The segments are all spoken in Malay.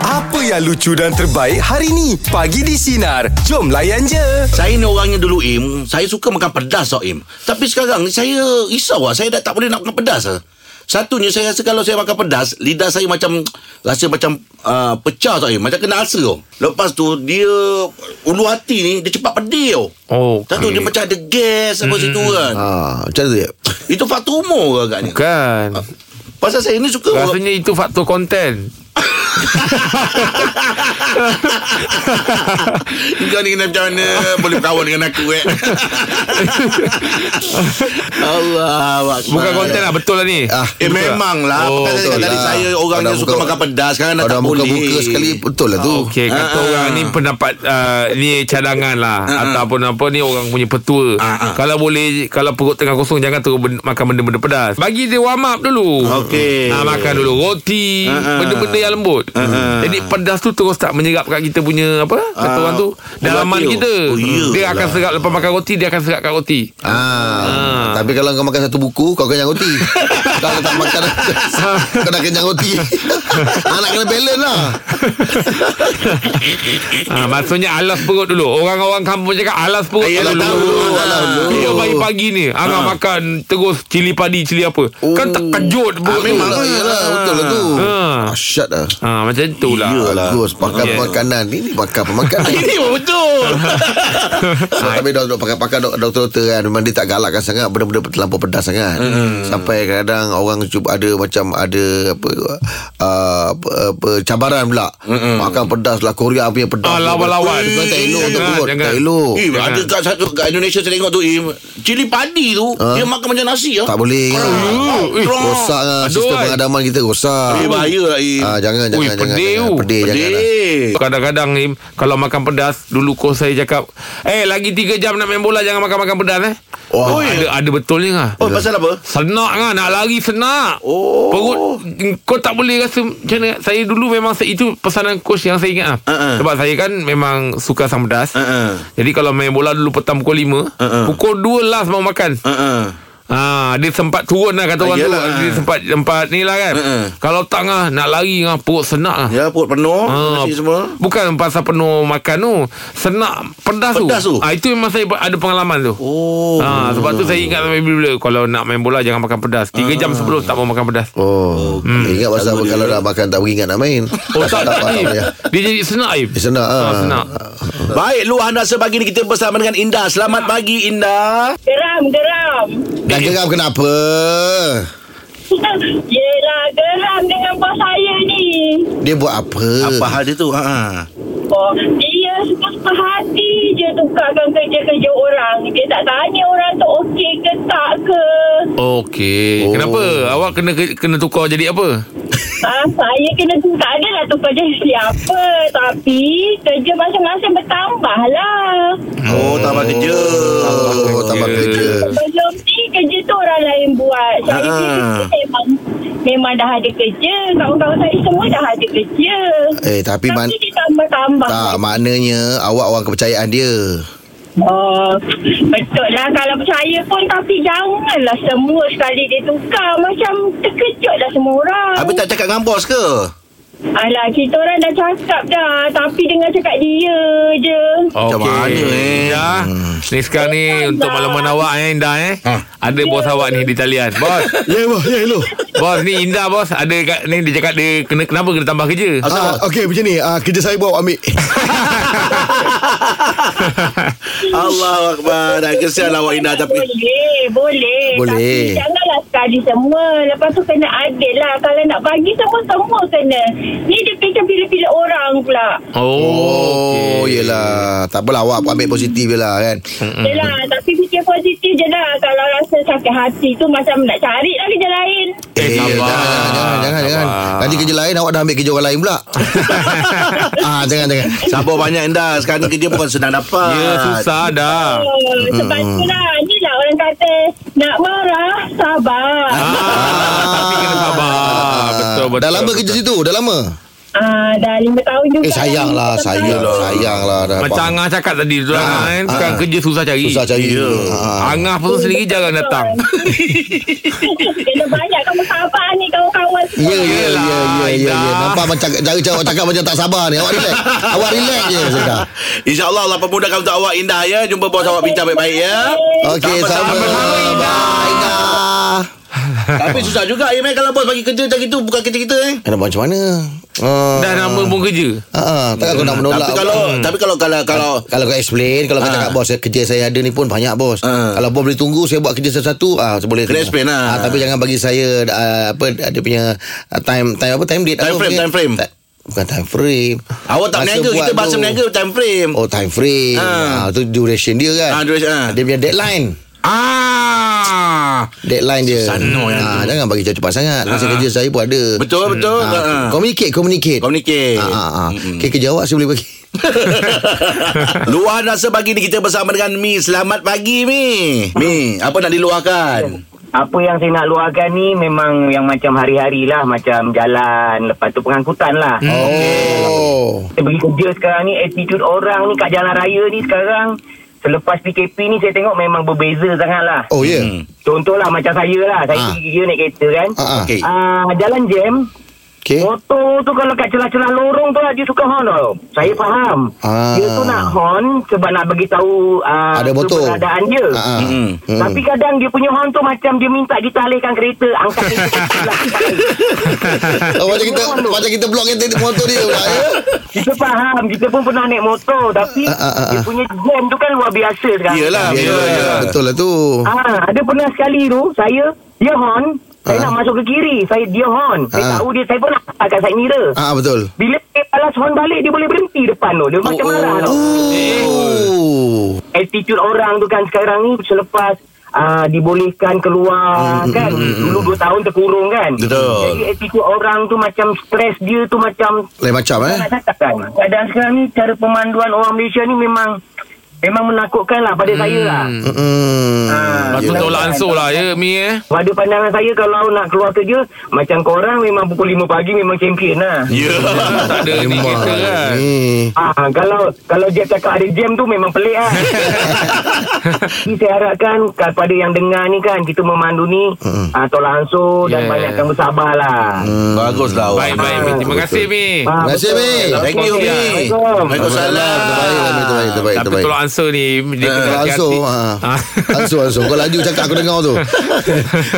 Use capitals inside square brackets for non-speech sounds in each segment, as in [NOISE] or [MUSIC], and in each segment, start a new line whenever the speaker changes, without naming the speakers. Apa yang lucu dan terbaik hari ni? Pagi di Sinar. Jom layan je.
Saya ni orangnya dulu Im Saya suka makan pedas tau Im Tapi sekarang ni saya risau lah Saya dah tak boleh nak makan pedas lah Satunya saya rasa kalau saya makan pedas Lidah saya macam Rasa macam uh, pecah tau Im Macam kena asa tau Lepas tu dia Ulu hati ni Dia cepat pedih tau
Oh,
okay. Satu dia macam ada gas Apa situ kan
Ah, macam tu ya?
[LAUGHS] Itu faktor umur ke agaknya
Bukan
Ah. Pasal saya ni suka
Rasanya itu faktor konten
[LAUGHS] Kau ni kena macam mana Boleh berkawan dengan aku
[LAUGHS]
eh [LAUGHS] Allah
Bukan konten lah Betul lah ni
Ah,
Eh memang lah
Oh,
Bukan saya cakap
betul
tadi
lah.
Saya orang
Kalau
yang suka
buka-
makan pedas Sekarang dah
Kalau
tak
dah
boleh
buka-buka sekali Betul lah tu
Okey kata
Ah, ah.
orang ni pendapat uh, ni cadangan lah
ah.
ataupun apa ni orang punya petua.
Ah, ah.
Kalau boleh kalau perut tengah kosong jangan terus ben- makan benda-benda pedas. Bagi dia warm up dulu.
Okey.
Ha, makan dulu roti,
Ah, ah.
benda-benda yang lembut.
ah.
Jadi pedas tu terus tak menyerap kat kita punya apa? Kata
Ah,
orang tu dalaman
tu.
kita.
Oh, iyalah.
dia akan serap lepas makan roti dia akan serap kat roti.
Ah. Tapi kalau kau makan satu buku Kau kenyang
[LAUGHS]
roti Kalau tak makan Kau nak kenyang roti ah, Nak kena balance lah
Ha, maksudnya alas perut dulu. Orang-orang kampung cakap alas perut
Ayah
dulu.
dah tahu.
Alas dulu.
Bila pagi-pagi ni, Angah makan terus cili padi, cili apa. Kan terkejut perut
Ah, memang
tu.
Yalah, yalah, Betul lah tu
Ah.
Asyad lah
Ha, macam tu lah.
Iyalah. Bagus Pakar
Yeah.
pemakanan Ini pakar pemakanan
[LAUGHS] Ini memang
[LAUGHS]
betul
Sebab tapi dok- pakar-pakar dok- doktor-doktor kan Memang dia tak galakkan sangat Benda-benda terlampau pedas sangat
Hmm.
Sampai kadang orang cuba ada macam Ada apa, uh, apa, apa Cabaran pula
Hmm.
Makan pedas lah Korea punya pedas
Ah, lawan-lawan.
Itu kan Tak elok untuk
Jangan,
perut
jangan.
Tak elok
Eh, ada kat satu kat Indonesia saya tengok tu Im, cili padi tu dia makan macam nasi ah.
Ha? Tak boleh kan?
Eh,
Rosak lah
Aduh,
Sistem
kan?
pengadaman kita rosak
Eh, bahaya lah Im.
ah, Jangan
Ui,
jangan jangan,
pedih
jangan.
tu.
Pedih jangan lah.
Pedih.
Kadang-kadang ni Kalau makan pedas Dulu kos saya cakap Eh lagi 3 jam nak main bola Jangan makan-makan pedas eh
Oh, ya.
ada, ada betulnya lah
Oh, pasal apa?
Senak kan Nak lari senak
Oh.
Perut Kau tak boleh rasa Macam mana Saya dulu memang se- Itu pesanan coach yang saya ingat lah
Uh-uh.
Sebab saya kan Memang suka asam pedas
Uh-uh.
Jadi kalau main bola dulu Petang pukul 5
Uh-uh.
Pukul 2 last mau makan
Ha ah.
Ha, dia sempat turun lah
Ah,
kata orang tu
iyalah.
Dia sempat sempat ni lah kan
Uh-uh.
Kalau tak lah Nak lari lah Perut senak lah
Ya, perut penuh,
Ah,
nasi semua.
Bukan pasal penuh makan tu Senak pedas,
Pedas tu?
Ah, itu memang saya ada pengalaman tu
Oh.
Ah, sebab tu saya ingat sampai bila-bila Kalau nak main bola jangan makan pedas 3
Ah.
jam sebelum tak mau makan pedas
Oh, Ingat pasal
Selalu
apa
dia-
kalau dah makan tak beringat nak main.
Hmm. Oh tak, tak,
payah.
Im. Dia jadi senak Im
Dia senak, ah.
senak.
Baik, luahan rasa pagi ni kita bersama dengan Indah. Selamat pagi Indah.
Geram, geram. [LAUGHS]
Dah geram kenapa?
Yelah, geram dengan bos saya ni.
Dia buat apa?
Apa hal dia tu? Ha ah.
Oh, dia suka hati je tukarkan kerja-kerja orang. Dia tak tanya orang tu okey ke tak ke.
Okey
Oh.
oh. Kenapa? Awak kena kena tukar jadi apa?
Ah, saya kena tu tak adalah tukar jadi siapa. Tapi kerja masing-masing bertambah lah.
Oh, tambah kerja.
Oh, tambah kerja.
Sebelum ni kerja tu orang lain buat. Saya
Ah.
kerja memang, memang dah ada kerja. Kawan-kawan saya semua dah ada kerja.
Eh, tapi man
Tapi dia tambah-tambah.
tak maknanya awak orang kepercayaan dia.
Oh, betul lah kalau percaya pun tapi janganlah semua sekali dia tukar. Macam terkejut lah semua orang.
Habis tak cakap dengan bos ke?
Alah, kita orang dah cakap dah. Tapi dengar cakap dia je.
Macam mana, eh?
Indah Ni sekarang ni Untuk makluman awak eh Indah eh Ada bos awak ni di talian Bos
Ya, yeah, ya, yeah, hello.
Bos ni Indah bos Ada kat ni Dia cakap dia kena, Kenapa kena tambah kerja
Ah, okey macam ni. Ah, kerja saya buat awak
[LAUGHS]
ambil.
Allah Akbar. Dah kesian lah awak Indah. Tapi
Boleh, boleh.
Boleh.
Tapi janganlah sekali semua. Lepas tu kena adil lah. Kalau nak bagi semua-semua kena. Ni dia fikir pilih-pilih orang pula.
Oh,
Oh, yelah. Tak apalah awak ambil positif je lah kan.
Yelah, tapi fikir positif je lah. Kalau rasa sakit hati tu macam nak cari lah kerja lain.
Eh,
Eh,
sabar.
jangan, jangan, jangan, jangan.
Sabar.
Nanti kerja lain awak dah ambil kerja orang lain pula. [LAUGHS] ah, jangan, jangan.
sabar banyak Indah. Sekarang ni kerja bukan senang dapat.
Ya susah dah
Oh,
Hmm,
sebab tu lah Ni lah orang kata Nak marah Sabar
Ah.
Ah, Tapi kena sabar Betul betul
Dah lama kerja situ? Dah lama?
uh, dah lima tahun juga
Eh sayang lah
dah lima
Sayang
tahun.
lah Sayang lah dah
Macam
faham.
Angah cakap tadi tu Angah kan
ah,
Sekarang
ah.
kerja susah cari
Susah cari
Ya.
ha.
Angah pun sendiri jarang datang
[LAUGHS] Kena banyak kamu sabar ni kawan-kawan Eh. semua.
Ya, ya,
Yelah,
ya, ya, ya, ya.
Ida.
Nampak macam cara cara awak cakap macam tak sabar ni. Awak relax. awak relax je sudah.
[LAUGHS] InsyaAllah Allah pemudahkan untuk awak Indah ya Jumpa bos awak bincang baik-baik ya
Okey, sama.
Sama-sama,
Bye, Ida.
Tapi susah juga ya Mai kalau bos bagi kerja macam itu bukan kerja kita eh.
Eh, Nak buat macam mana? Ah.
Dah nama pun kerja
Ha, ah, takkan aku nak menolak.
Tapi kalau Hmm. tapi kalau kalau kalau
kalau kau explain Kalau kau
Ah.
cakap bos saya- Kerja saya ada ni pun banyak bos
Ah.
Kalau bos boleh tunggu Saya buat kerja satu-satu ah, saya Boleh
Kena
tunggu.
explain lah.
Ah, Tapi jangan bagi saya ah, Apa Dia punya ah, Time Time apa Time date
Time
apa
frame,
punya?
time frame.
Ta- Bukan time frame
awak tak
Masa
berniaga
buat
kita bahasa
tu.
berniaga time frame.
Oh time frame
Ah.
ah. tu duration dia kan
Ah, duration, ah.
Dia punya deadline
Ah,
Deadline dia
Sano yang tu. Ah.
ah, Jangan bagi cepat-cepat sangat Masa kerja saya pun ada
Betul betul.
ah,
Ha.
Communicate Communicate
Communicate.
ah, ah,
[LAUGHS]
ah.
Mm-mm.
Okay, kerja awak saya
[LAUGHS]
boleh bagi
Luahan rasa pagi ni kita bersama dengan Mi. Selamat pagi Mi. Mi, apa nak diluahkan?
Apa yang saya nak luahkan ni memang yang macam hari-hari lah. Macam jalan, lepas tu pengangkutan lah. Hmm.
Oh
Saya pergi kerja sekarang ni, attitude orang ni kat jalan raya ni sekarang. Selepas PKP ni saya tengok memang berbeza sangat lah.
Oh ya yeah.
Hmm.
Contohlah macam saya lah. Saya
Ah.
pergi kerja naik kereta kan.
Ah, Eh. ah.
Okey.
Ah, jalan jam.
Okay.
Oh, Motor tu kalau kat celah-celah lorong tu lah dia suka horn tau. Saya faham.
Ah.
Dia tu nak horn sebab nak beritahu uh,
Ada motor.
keberadaan dia.
Ah, ah.
Mm-mm.
Mm.
Tapi kadang dia punya horn tu macam dia minta ditalihkan kereta, angkat
[LAUGHS]
kereta. lah. sebelah.
Oh, macam kita macam kita blok kereta di motor dia pula ya.
kita faham, kita pun pernah naik motor tapi
Ah, ah, ah,
dia
ah.
punya jam tu kan luar biasa sekarang.
Iyalah,
Ya,
ya.
ya, betul lah tu.
Ah, ada pernah sekali tu saya dia horn, saya
Ah.
nak masuk ke kiri, saya dia horn. Saya
Ah.
tahu dia saya pun nak pakai side mirror.
Ah betul.
Bila saya balas horn balik dia boleh berhenti depan tu. Dia macam marah
oh.
tu.
Oh.
attitude orang tu kan sekarang ni selepas uh, dibolehkan keluar
Hmm,
mm, kan mm, dulu 2 tahun terkurung kan
Betul.
jadi attitude orang tu macam stres dia tu macam
Lain macam eh.
nak cakap kan keadaan sekarang ni cara pemanduan orang Malaysia ni memang memang menakutkan lah pada mm. saya lah Ah,
Hmm.
Lepas tu
yelah.
tolak ansur lah ya Mi
[LAUGHS]
eh
pada pandangan saya kalau nak keluar kerja macam korang memang pukul 5 pagi memang champion lah
Ya.
Tak ada ni kereta
lah,
kan
Ni.
Ah, kalau kalau dia cakap ada jam tu memang pelik lah. Jadi saya harapkan kepada yang dengar ni kan kita memandu ni mm. ah, tolak ansur yeah.
Yeah.
dan banyakkan bersabar lah.
Hmm.
Baguslah awak.
Baik baik Mi Terima kasih Mi
Mm.
Ah,
Terima kasih, Mi.
betul.
Thank you Mi.
Assalamualaikum.
Waalaikumsalam.
Terbaik lah, Mi, terbaik, terbaik,
Tapi
terbaik.
tolak ansur ni Dia kena
Tolak
hati-hati
Eh, ansur ah. Ansur ansur Kau laju cakap aku dengar tu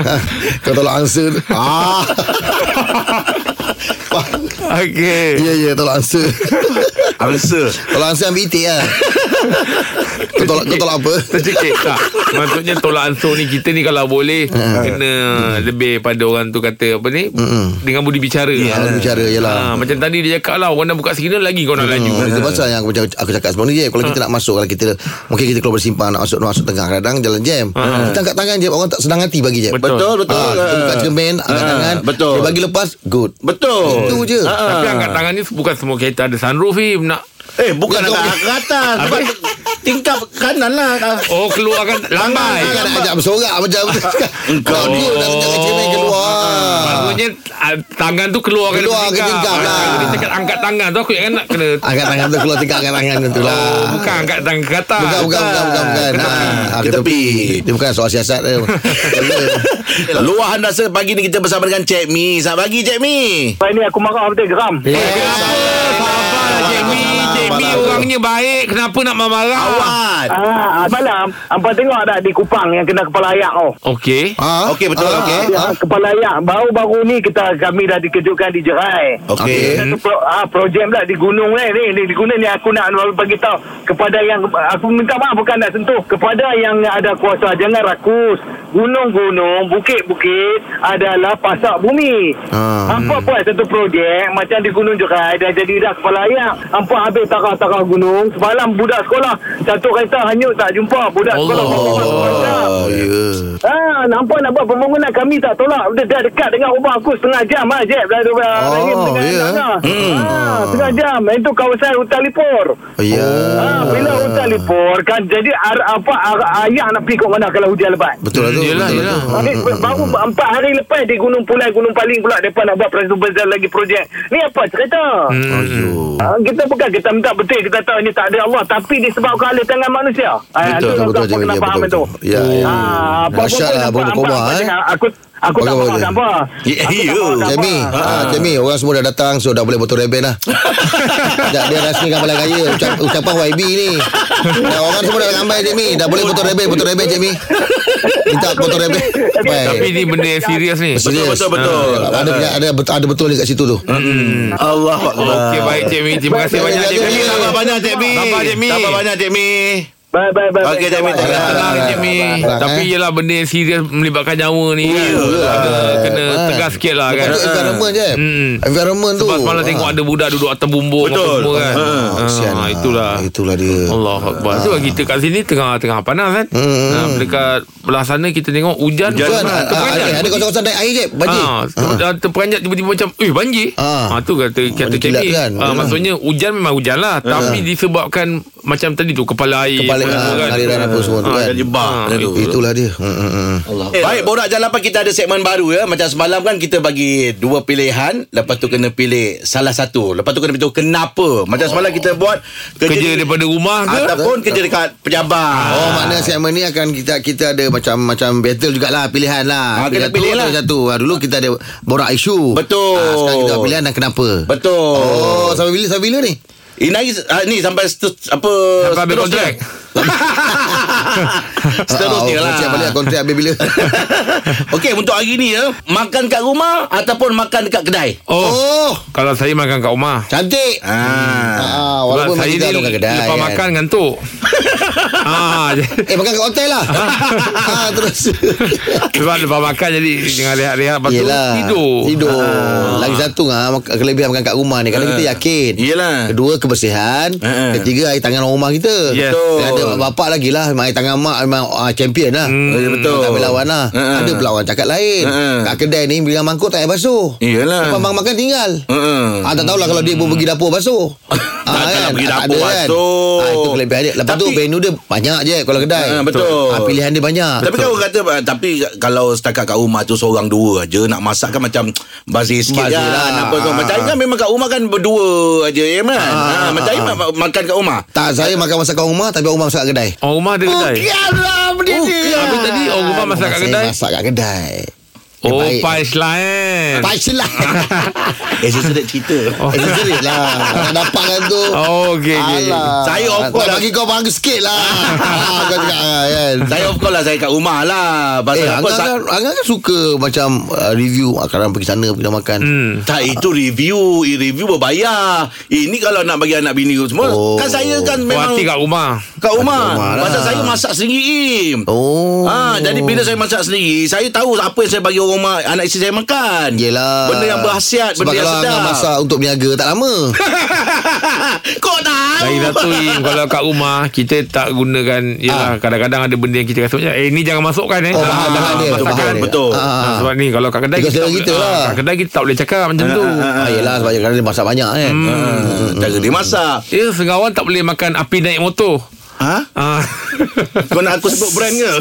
Ah, Kau tolak ansur ah.
[LAUGHS]
[LAUGHS]
Okey
Ya ya tolak ansur
Answer.
Tolak ansur ambil itik lah Kau tolak, kau tolak apa
Tercekik tak Maksudnya tolak ansur ni Kita ni kalau boleh
Eh.
Kena Lebih pada orang tu kata Apa ni Dengan budi bicara
Kalau bicara je lah
Ah, Macam tadi dia cakap lah Orang dah buka signal lagi Kau nak laju
Hmm, itu pasal yang aku, cakap- aku cakap sebelum ni je Kalau kita nak masuk Kalau kita Mungkin kita keluar bersimpang Nak masuk nak masuk tengah Kadang jalan jam Kita angkat tangan je Orang tak senang hati bagi je
Betul betul.
Ah, kita buka cermin Angkat
Ah,
tangan
Betul.
Dia bagi lepas Good
Betul. Ah,
Itu je.
Ah. Tapi angkat tangan ni Bukan semua kereta Ada sunroof ni Nak
Eh bukan
Betul.
agak ke atas
Apa?
Bukan Tingkap kanan lah
Oh keluar kan
Ay,
Lambai
kan nak ajak bersorak macam Engkau
[LAUGHS] Engkau. Ha.
dia nak kejar cermin keluar
Maksudnya ah, Tangan tu keluar kan
Keluar ke Ah. tingkap lah.
Dia cakap angkat tangan tu Aku ingat nak kena
Angkat tangan tu keluar Tingkat angkat tangan tu lah
Oh, Bukan angkat tangan ke atas
Bukan, bukan, bukan, bukan, bukan.
Ke
Ha,
tepi.
ha,
Ke
ke
tepi.
tepi. Dia bukan soal siasat
[LAUGHS]
dia.
Luahan rasa pagi ni kita bersama dengan Cik Mi Selamat pagi Cik Mi
Lepas ni aku marah betul geram.
Kenapa? Sabar Jamie Jamie orangnya baik Kenapa nak marah
Awat
Ah, malam Hampa tengok tak di Kupang yang kena kepala ayak oh.
Okey
Ha?
Okey betul
Ha?
okey
Ah.
Ah, kepala ayak baru-baru ni kita kami dah dikejutkan di Jerai.
Okey
Okey.
Satu pro, ah, projek pula di gunung eh, ni, ni di gunung ni aku nak bagi tahu kepada yang aku minta maaf bukan nak sentuh kepada yang ada kuasa jangan rakus gunung-gunung bukit-bukit adalah pasak bumi
Ah,
Ha.
hampa buat satu projek macam di gunung Jerai dah jadi dah kepala ayak hampa habis tarah-tarah gunung semalam budak sekolah satu kereta hanyut tak jumpa budak sekolah Allah.
Oh, ya.
Ah, nampak nak buat pembangunan kami tak tolak. Dah, dah dekat dengan rumah aku setengah jam ah, ha, Jeb. Dah, dah, dah,
Oh,
dah, dah, dah,
ya.
dah. Ah, setengah setengah jam. Itu kawasan hutan Lipur.
Oh, ya.
Ah, bila hutan Lipur kan jadi ar, apa ar, ayah nak pergi kat mana kalau hujan lebat.
Betul lah tu.
Yelah,
betul lah
yelah.
tu.
Habis ber- baru
Hmm.
empat hari lepas di Gunung Pulai, Gunung Paling pula mereka nak buat proses besar lagi projek. Ni apa cerita? Hmm.
Ayuh.
kita bukan kita minta betul kita tahu ini tak ada Allah tapi disebabkan oleh tangan manusia.
Betul,
Ah, tu
betul,
aku
Jamil.
kena
Ya,
faham
betul,
itu.
betul. Ya, ya.
Ah, apa
Dahsyat lah Abu Nukomah, eh.
Aku aku tak
Bagus,
faham
bagus.
tak
[LAUGHS]
apa.
Ya,
Aku tak
you.
faham tak apa.
Jamie,
Ah.
ha, Jamie, orang semua dah datang so dah boleh botol reben
[LAUGHS]
lah. Sekejap dia rasmikan balai raya ucap, ucapan YB ni. Dah orang semua dah gambar Jamie, dah boleh botol reben, botol reben Jamie. Minta botol reben.
Tapi
Baik.
ni benda yang serius ni.
Betul,
Serius.
betul, betul.
Ha,
Ah.
ada, ada, ada, betul- ada betul dekat situ tu.
Allah Akbar.
Okey baik Cik Mi. Terima kasih banyak Cik Mi.
Cik Mi, sabar banyak Cik Mi.
Sabar, Cik Mi.
Sabar banyak Cik Mi.
Bye bye bye.
Okey,
bye,
Jamil,
kawan.
tak-
Tenang
Ah,
Cik Mi.
tenang,
Tapi ya,
eh. lah.
ialah benda yang serius melibatkan nyawa ni kan. Ada kena tegas sikit lah kan.
Kan? Environment je.
Hmm.
Environment tu.
Sebab semalam tengok ada budak duduk atas bumbung apa
Betul.
semua kan.
Ah, kesian
Ah,
lah.
itulah.
Itulah dia.
Allah Akbar. Tu lah kita kat sini tengah-tengah panas kan. Ha, dekat belah sana kita tengok hujan. Ah,
Tuan, Hmm. ah, ah,
terperanjat.
ada ada kawasan-kawasan naik air je, Baji.
Ah, ha, terperanjat tiba-tiba macam Eh banjir
Ah.
ha, tu kata kata
Ada kilat
Cik Mi.
kan?
Ah,
Yalah.
Maksudnya hujan memang hujan lah Tapi disebabkan Macam tadi tu Kepala air
Kepala
apa semua
ah, aliran apa semua tu
Ah,
kan.
jadi bah.
Ah,
Ada tu.
Itulah dia. Hmm, hmm, hmm.
Baik, Borak Jalan Lapan kita ada segmen baru ya. Macam semalam kan kita bagi dua pilihan, lepas tu kena pilih salah satu. Lepas tu kena beritahu kenapa. Macam semalam kita buat kerja,
Kerja
di-
daripada rumah ke
ah.
ataupun kerja dekat pejabat.
Oh makna segmen ni akan kita kita ada macam macam battle jugalah pilihan lah.
Ah, kena
Ada satu,
pilih lah.
ada Satu. Ah, dulu kita ada borak isu.
Betul.
Ah, sekarang kita buat pilihan dan kenapa.
Betul.
Oh, sampai bila sampai bila ni?
Inai ah, ni sampai stu, apa
Sampai habis kontrak.
[LAUGHS] Seterusnya
Ah,
lah.
Saya balik kontrak habis bila.
[LAUGHS] Okey, untuk hari ni ya, makan kat rumah ataupun makan dekat kedai?
Oh, oh.
oh,
Kalau saya makan kat rumah
cantik.
Ah.
Ah,
Sebab
walaupun
saya
masih
ni
kita ada kat kedai.
Lepas
kan.
makan
[LAUGHS]
ngantuk ah, [LAUGHS] j-
Eh makan kat hotel lah ha, Terus
Sebab lepas makan jadi Dengan rehat-rehat Lepas tu tidur
Tidur Lagi satu ha, mak- Kelebihan makan kat rumah ni Kalau kita Hmm. yakin
Yelah.
Kedua kebersihan
Ha.
Ketiga air tangan orang rumah kita
Yes.
Betul.
Dan Ada bapak lagi lah Memang air tangan mak Memang ah, champion lah
Eh, betul.
Tak boleh lawan lah
Ha.
Ada pula orang cakap lain
Ha.
Kat kedai ni Bila mangkuk tak payah basuh
Yelah.
Lepas bang makan tinggal
Hmm.
Ah, tak tahulah kalau dia pun pergi dapur basuh.
[LAUGHS] Tak, tak nak pergi
Ah, tak
dapur
ada
basuh.
Ah, itu kelebihan dia. Lepas tu
Tapi-
menu dia banyak je kalau kedai.
Ah, betul.
Ah, pilihan dia banyak.
Tapi kan orang kata ah, Tapi kalau setakat kat rumah tu Seorang dua aja Nak masak kan macam Bazir sikit
Bazir
kan
lah.
Apa tu
Ah.
Macam Aim kan memang kat rumah kan Berdua aja ya, man? ha,
Ah,
Macam Aim ma- makan kat rumah
Tak, saya makan masakan rumah tapi orang masak kat kedai.
Ah, Orang rumah ada kedai
Oh, Bukanlah benda dia.
Habis tadi orang rumah masak kat kedai?
Saya masak kat kedai. Dia
Oh
baik.
punchline
Pasal lah.
Eh saya sedap cerita
Eh, serius lah. Tak dapat kan tu.
Oh, okey, okey.
Alah.
Saya awkward lah.
Tak bagi kau bangga sikit lah. Ah, Kau cakap ah, kan.
[LAUGHS] Saya of course lah Saya kat rumah lah Pasal
Eh,
apa
Angga
sa-
kan, Angga kan suka macam uh, review ah, kadang pergi sana pergi makan. Hmm.
tak itu review Eh, Review berbayar Ini kalau nak bagi anak bini semua
Oh.
Kan saya kan memang
Puati kat rumah
Kat rumah,
rumah lah.
Pasal saya masak sendiri Im
Oh.
Ha, jadi bila saya masak sendiri Saya tahu apa yang saya bagi orang rumah Anak isteri saya makan
Yelah
Benda yang berhasiat
Sebab
Benda yang
kalau
sedap
Angah masak untuk berniaga Tak lama
[LAUGHS] Kau tahu
Lagi
[LAUGHS]
satu Im Kalau kat rumah Kita tak gunakan Yelah kadang-kadang ada benda yang kita rasa macam Eh ni jangan masukkan eh Ah,
Ah. Oh bahan, bahan dia
betul,
masakan.
bahan dia.
betul.
Ah,
Ah,
ah.
sebab ni kalau kat kedai
Because
tak
selera
boleh-
kita lah.
ah, kat kedai kita tak boleh cakap macam tu.
Ah, yelah sebab kadang dia masak banyak kan
Hmm, Cara dia masak
Ya, sengawan tak boleh makan api naik motor.
Ha?
Ah.
Kau nak aku sebut brand
[LAUGHS]
ke?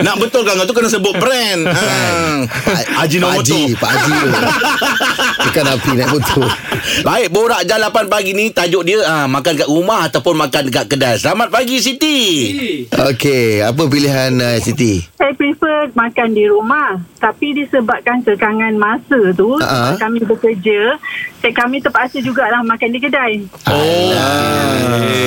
Nak betul kan kau tu kena sebut brand. Ha.
Eh. Pak Haji
Ajinomoto.
Pak Haji tu. Bukan api naik motor
Baik, borak jam 8 pagi ni tajuk dia ha, makan kat rumah ataupun makan dekat kedai. Selamat pagi Siti.
Okey Apa pilihan uh, Siti
Saya prefer makan di rumah Tapi disebabkan kekangan masa tu
Ah.
uh-huh. Kami bekerja saya, Kami terpaksa jugalah makan di kedai
Oh.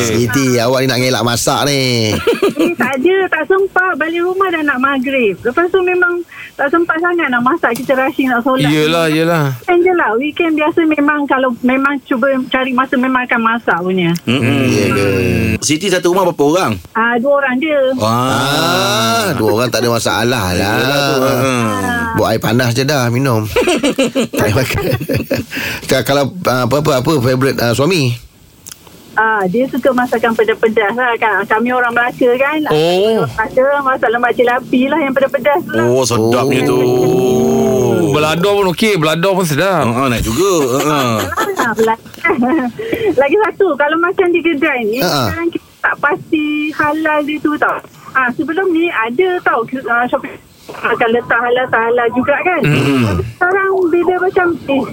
Siti awak ni nak ngelak masak ni [LAUGHS]
Eh, tak ada, tak sempat. Balik rumah dah nak maghrib. Lepas tu memang tak sempat sangat nak masak. Kita rushing nak solat.
Yelah, yelah.
Weekend je lah. Weekend biasa memang kalau memang cuba cari masa memang akan masak punya.
Hmm.
Ya ke
Siti satu rumah berapa orang?
Ah dua orang je.
Wah.
Ah, Dua orang tak ada masalah lah
Hmm.
Ah,
Buat air panas je dah Minum Tak payah makan Tak, Kalau ah, apa-apa Apa favourite ah, suami
Ah dia suka masakan pedas-pedas lah kan. Kami orang Melaka kan.
Oh.
Ada masak lemak cili api lah yang pedas-pedas tu lah.
Oh, sedapnya tu.
Oh.
Oh. Belador pun okey, belador pun sedap.
Ha, nak juga. Ha.
Ah, belak- [LAUGHS] Lagi satu Kalau macam di kedai ni
Ha.
Sekarang kita tak pasti Halal dia tu tau ha, Sebelum ni Ada tau uh, Shopping akan letak halal tak halal juga kan mm. sekarang bila macam eh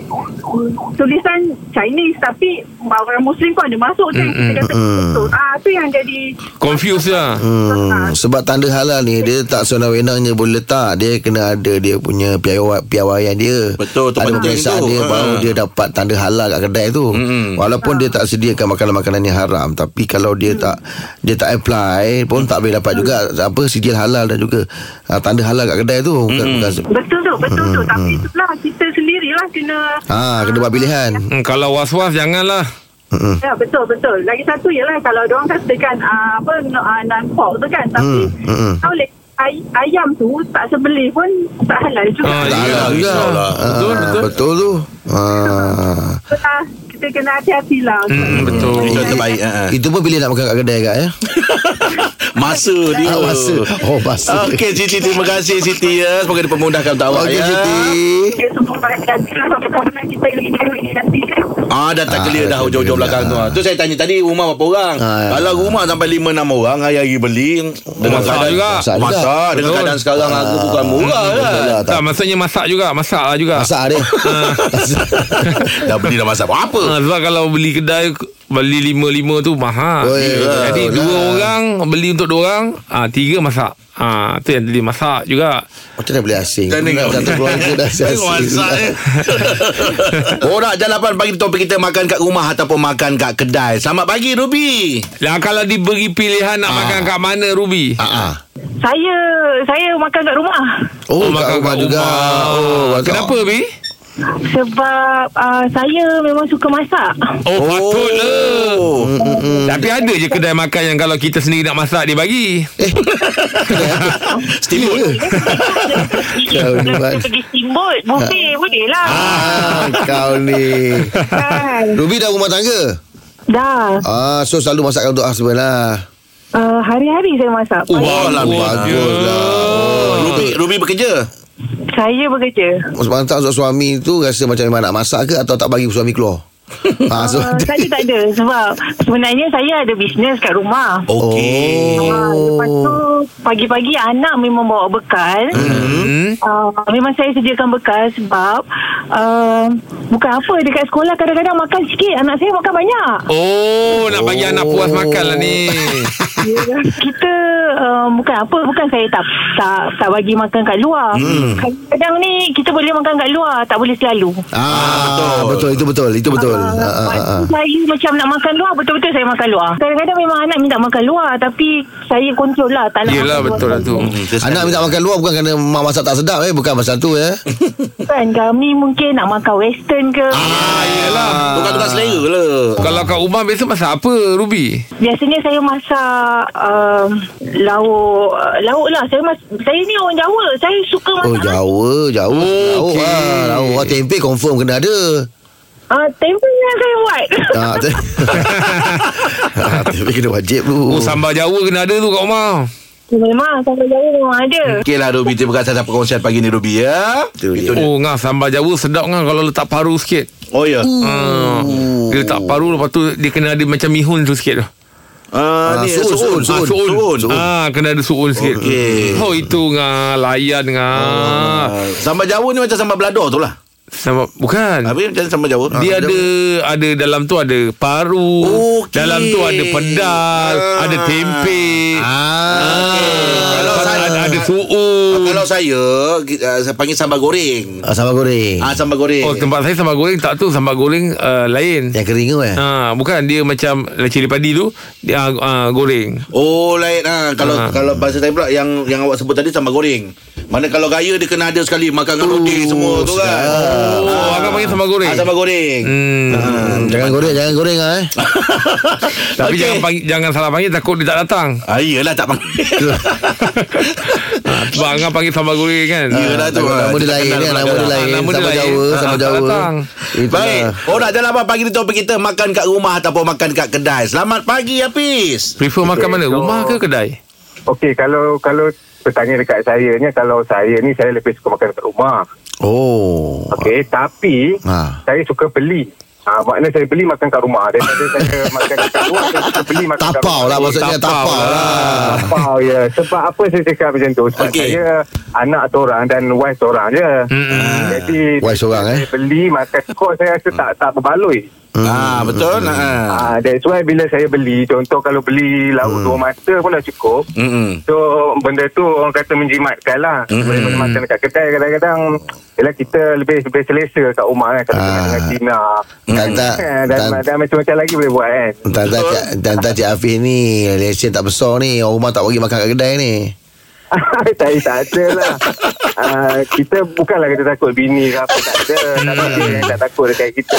tulisan Chinese tapi orang Muslim pun ada masuk kan kita kata betul ah tu yang jadi
Confuse lah.
Hmm, sebab tanda halal ni dia tak sewenang-wenangnya boleh letak. Dia kena ada dia punya piawai piawaian dia.
Betul, tu
Ada
penting
perasaan
tu.
dia
Ha.
baru dia dapat tanda halal kat kedai tu. Hmm. Walaupun dia tak sediakan makanan-makanan yang haram, tapi kalau dia tak dia tak apply pun tak boleh dapat juga apa sijil halal dan juga ah, tanda halal kat kedai tu. Bukan,
Hmm.
bukan
betul tu betul tu tapi itulah kita sendirilah kena
Hmm, ha kena buat pilihan.
Hmm, kalau was-was janganlah.
Hmm.
Ya betul betul. Lagi satu ialah kalau dia orang katakan uh, apa no- uh, non pork tu kan tapi
Hmm, hmm.
tahu le ay- ayam tu tak sebeli pun tak halal juga.
Ah,
Tak
ya,
halal
risau
juga.
lah.
Ah,
Betul, betul.
Betul tu. Ah.
Itulah, kita kena lah. hati-hatilah.
Mm,
Hmm, betul.
Itu yang terbaik. Ha. ha.
Itu pun bila nak makan kat kedai kat ya.
Masa dia.
Ah, masa. Oh, masa.
Okey, Siti. Terima kasih, Siti. Ya. Semoga dia memudahkan untuk awak.
Okey
ya.
Siti.
Kita semua berhati-hati sebab kita kita lagi jauh lagi nanti kan.
Ah dah tak
Ah,
clear dah
dah
hujung-hujung
clear
belakang tu.
dah.
Ah. Tu saya tanya tadi rumah berapa orang?
Ah, ya.
Kalau rumah sampai 5 6 orang hari-hari beli dengan
masak juga.
Masak, masak
Masak juga. Ah, lah.
dengan
Betul.
keadaan sekarang harga bukan murah kan.
Dah,
Tak, maksudnya masak juga. Masak lah juga.
Hmm. Masak dia
[LAUGHS] dah beli dah masak apa?
Ah,
Ha, sebab kalau beli kedai Beli lima-lima tu mahal
Oi,
yeah. Jadi
betul
dua
lah.
orang Beli untuk dua orang ha, Tiga masak ha, Tu yang tadi masak juga
Macam mana boleh asing
Kan tengok
Satu keluarga
[LAUGHS]
dah asing
Tengok WhatsApp
[LAUGHS]
eh. Orang jalapan pagi tu topik kita makan kat rumah ataupun makan kat kedai. Selamat pagi Ruby.
Lah kalau diberi pilihan Nak makan kat mana Ruby
Ha ah.
Saya saya makan kat rumah
Oh, kat rumah juga
Oh,
Oh,
Kenapa Bi?
sebab uh, saya memang suka masak.
Oh, oh. patutlah Tapi ada je kedai makan Yang kalau kita sendiri nak masak Dia bagi
Steamboat.
Kau ni
Kita
Mat.
pergi steamboat, buffet boleh lah.
[LAUGHS] Ah, Kau ni
Kan?
Ruby dah rumah tangga
Dah.
Ah, So selalu masak untuk husband lah
Uh, hari-hari saya masak.
Oh,
Wah, lah,
Bagus
Bagus
je.
lah
Oh, Ruby Ruby bekerja.
Saya bekerja.
Mantap untuk suami tu Rasa macam memang nak masak ke Atau tak bagi suami keluar Ah, so,
Uh, saya tak ada sebab sebenarnya saya ada bisnes kat rumah.
Okey.
Oh. Uh, lepas tu pagi-pagi anak memang bawa bekal.
hmm?
Uh, memang saya sediakan bekal sebab uh, bukan apa dekat sekolah kadang-kadang makan sikit anak saya makan banyak.
Oh Nak bagi anak puas makan lah ni
Ya, kita uh, bukan apa bukan saya tak tak tak bagi makan kat luar. Kadang-kadang ni kita boleh makan kat luar tak boleh selalu.
ah,
betul.
betul. Itu betul Itu betul ah, ah, ah, ah.
Saya macam nak makan luar Betul-betul saya makan luar Kadang-kadang memang anak minta makan luar Tapi saya kontrol lah Tak nak
Yelah
makan
betul
luar
lah tu
Hmm,
Anak minta makan luar Bukan kerana mak masak tak sedap eh Bukan pasal tu eh
Kan kami mungkin nak makan western ke
Ah, yelah. Tukar-tukar selera lah.
Kalau kat rumah biasa masak apa Ruby?
Biasanya saya masak um, Lauk uh, Lauk lah saya, mas- saya ni orang Jawa Saya suka masak
Oh Jawa Jawa
Oh, Okey.
Lauk lah Lauk lah Tempe confirm kena ada
uh, Tempe yang saya buat
ah,
[LAUGHS]
te- ah, Tempe kena wajib tu
Oh, sambal Jawa kena ada tu kat rumah.
[LAUGHS] Memang Sampai Jawa memang ada
Okey lah Ruby Terima kasih atas perkongsian pagi ni Ruby ya
Itu dia.
Oh, ngah sambal Jawa sedap ngah kalau letak paru sikit.
Oh ya
Ha. Dia letak paru lepas tu dia kena ada macam mihun tu sikit tu.
Ah, ni
suun,
suun,
suun,
suun, suun. Ah.
Ah, kena ada suun sikit.
Okey. Oh.
Oh, itu ngah layan ngah.
Ah, Sambal Jawa ni macam sambal belador tu lah
Sambal bukan.
Habis macam sambal Jawa
Dia ada ada dalam tu ada paru,
Okey.
dalam tu ada pedal,
Ah.
ada tempe.
Ah,
Eh,
Kalau
Lepas
saya-
ada, ada
Ah,
suun.
Kalau saya ah, Saya panggil sambal goreng
ah, Sambal goreng
Ah sambal goreng
Oh, tempat saya sambal goreng tak tu sambal goreng uh, lain.
Ya.
Yang kering tu eh
Ha, bukan dia macam cili padi tu dia uh, goreng.
Oh lain ah kalau
Ah.
kalau bahasa saya pula yang yang awak sebut tadi sambal goreng. Mana kalau gaya dia kena ada sekali makan dengan roti semua tu kan.
Oh,
Ah.
abang panggil sambal goreng?
Ah, sambal goreng.
Hmm.
Hmm, Jangan goreng Jangan goreng lah eh
Ah, Tapi
Okey.
okay. jangan panggil, jangan salah panggil takut dia tak datang.
Ah, yelah tak panggil.
[LAUGHS] Sebab Angah panggil sambal goreng kan.
Yelah tu.
Nama Ah, dia
Kita
lain
kenal
kan Nama
belakang.
dia lain
Nama dia
Sambal
lain.
Jawa
Ah,
Sambal
tak
Jawa
datang.
Itulah.
Baik. Orang jalan apa pagi ni topik kita makan kat rumah ataupun makan kat kedai. Selamat pagi Hafiz.
Prefer makan mana?
so-
Rumah ke kedai?
Okey, kalau kalau
bertanya dekat saya ni kalau saya ni saya lebih suka makan dekat rumah.
Oh.
Okey, tapi
Ha.
saya suka beli. Ha, maknanya saya beli makan kat rumah. Daripada
[LAUGHS]
saya makan kat luar, saya suka beli makan kat rumah. Ah,
Tapau lah maksudnya
Tapau
tapau
lah.
lah.
Tapau, ya. Sebab apa saya cakap macam tu? Sebab
Okey.
okay. saya anak seorang dan wife seorang je. Hmm. Jadi,
Wife seorang, eh?
saya beli makan kos saya rasa tak, tak berbaloi.
Ah betul. Ah.
Ah, that's why bila saya beli, contoh kalau beli lauk hmm. dua mata pun dah cukup.
Mm-mm.
So benda tu orang kata menjimatkan lah mm. Daripada makan dekat kedai kadang-kadang Yelah kita lebih, lebih selesa kat rumah kan Kalau
Ah.
ah. dengan Cina
Hmm.
Tak, tak,
Eh, Dan,
tak.
dan macam-macam lagi boleh buat kan [LAUGHS]
Tanda Cik, tanda Cik Afif ni Lesen tak besar ni Orang rumah tak bagi makan kat kedai ni
tak, tak ada lah uh, Kita bukanlah kita takut bini ke apa Tak ada Tak ada yang tak takut dekat kita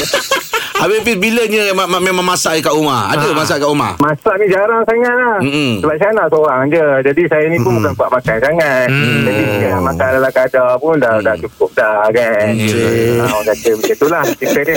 Habis Fiz, bilanya ma- ma- memang masak kat rumah? Ada masak kat rumah?
Masak ni jarang sangat lah
Mm-mm.
Sebab saya anak seorang je Jadi saya ni pun bukan buat makan sangat Jadi ya, makan dalam kadar pun dah, dah cukup dah kan mm. Orang kata macam tu lah Kita ni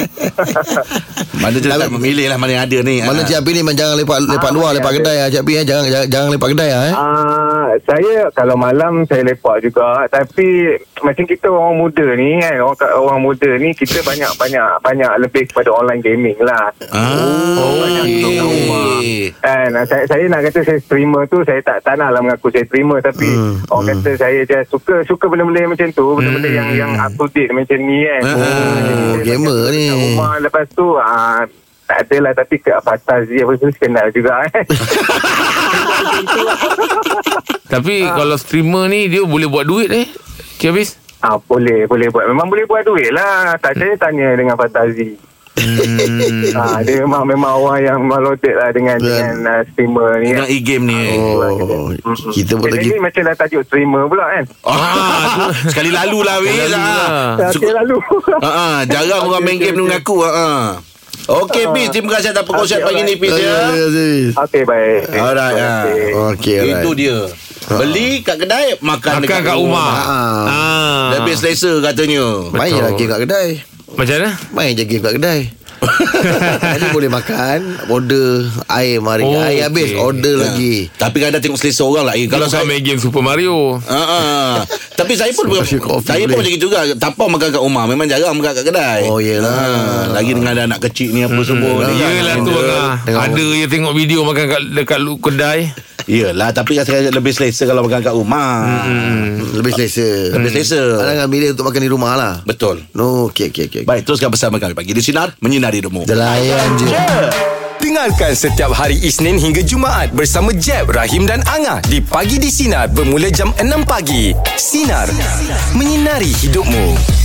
Mana dia tak memilih lah mana yang ada ni. Ah.
Mana Cik Afif ni memang Jangan lepak lepak
Ah,
luar
boleh
Lepak
ada.
kedai ah, Cik Afif eh. Jangan jangan, jangan lepak kedai ah, eh.
Ah, saya kalau malam saya lepak juga tapi macam kita orang muda ni kan orang orang muda ni kita banyak banyak banyak lebih kepada online gaming lah. Oh,
Ah.
okey. Kan saya saya nak kata saya streamer tu saya tak tak naklah mengaku saya streamer tapi hmm. orang kata saya just suka suka benda-benda yang macam tu benda-benda yang yang up to date macam ni kan.
Oh gamer ni
Kat rumah lepas tu ah, tak ada lah tapi kat Fataz dia pun kenal juga kan.
Tapi kalau streamer ni dia boleh buat duit eh. Cik Hafiz?
Ah, boleh, boleh buat. Memang boleh buat duit lah. Tak saya tanya dengan Fatazi. Hmm. Ah, dia memang memang orang yang melotek lah dengan
Dan-
dengan uh, streamer ni.
Dengan e-game ni.
Oh Kita pun
Kita
lagi
ni macam dah tajuk streamer pula kan.
Ah, tu- sekali lalu lah Fiz.
Sekali lalu lah.
Ah.
Dah
Suka-
okay, lalu.
Ah, ah, jarang orang main game ni mengaku. Ah, ah. Okey Fiz, terima kasih atas perkongsian
Okey,
pagi ni Fiz ya.
Okey, baik.
Alright. ah.
Okey
Itu
alright
dia. Beli kat kedai, makan,
Makan kat rumah.
Ah.
Ah.
Lebih selesa katanya.
Main
Betul.
je lah game kat kedai
Macam mana?
Main je game kat kedai Jadi boleh makan Order Air mari
Oh,
Air habis
okey.
Order
Ya.
lagi
lah. Tapi kadang tengok selesa orang lah. Eh,
Kalau
kalau saya
saya main game Super Mario.
Ah,
[LAUGHS]
ah. Tapi saya pun
Sebagai coffee
Saya pun
boleh.
macam itu juga Tapau makan kat rumah Memang jarang makan kat kedai
Oh, yelah.
Ah, Lagi dengan ada anak kecil ni Apa semua ni kan.
Yelah tu ah.
Tengok-
Ada je tengok video makan kat dekat lu- kedai.
Yelah Tapi saya lebih selesa Kalau makan kat rumah
Lebih selesa
Lebih selesa
Alangan milih untuk makan di rumah lah
Betul
No okay okay okay
Baik teruskan bersama kami Pagi di Sinar Menyinari Demo
Jelayan je
Dengarkan setiap hari Isnin hingga Jumaat bersama Jeb, Rahim dan Angah di Pagi di Sinar bermula jam 6 pagi. Sinar. Menyinari hidupmu.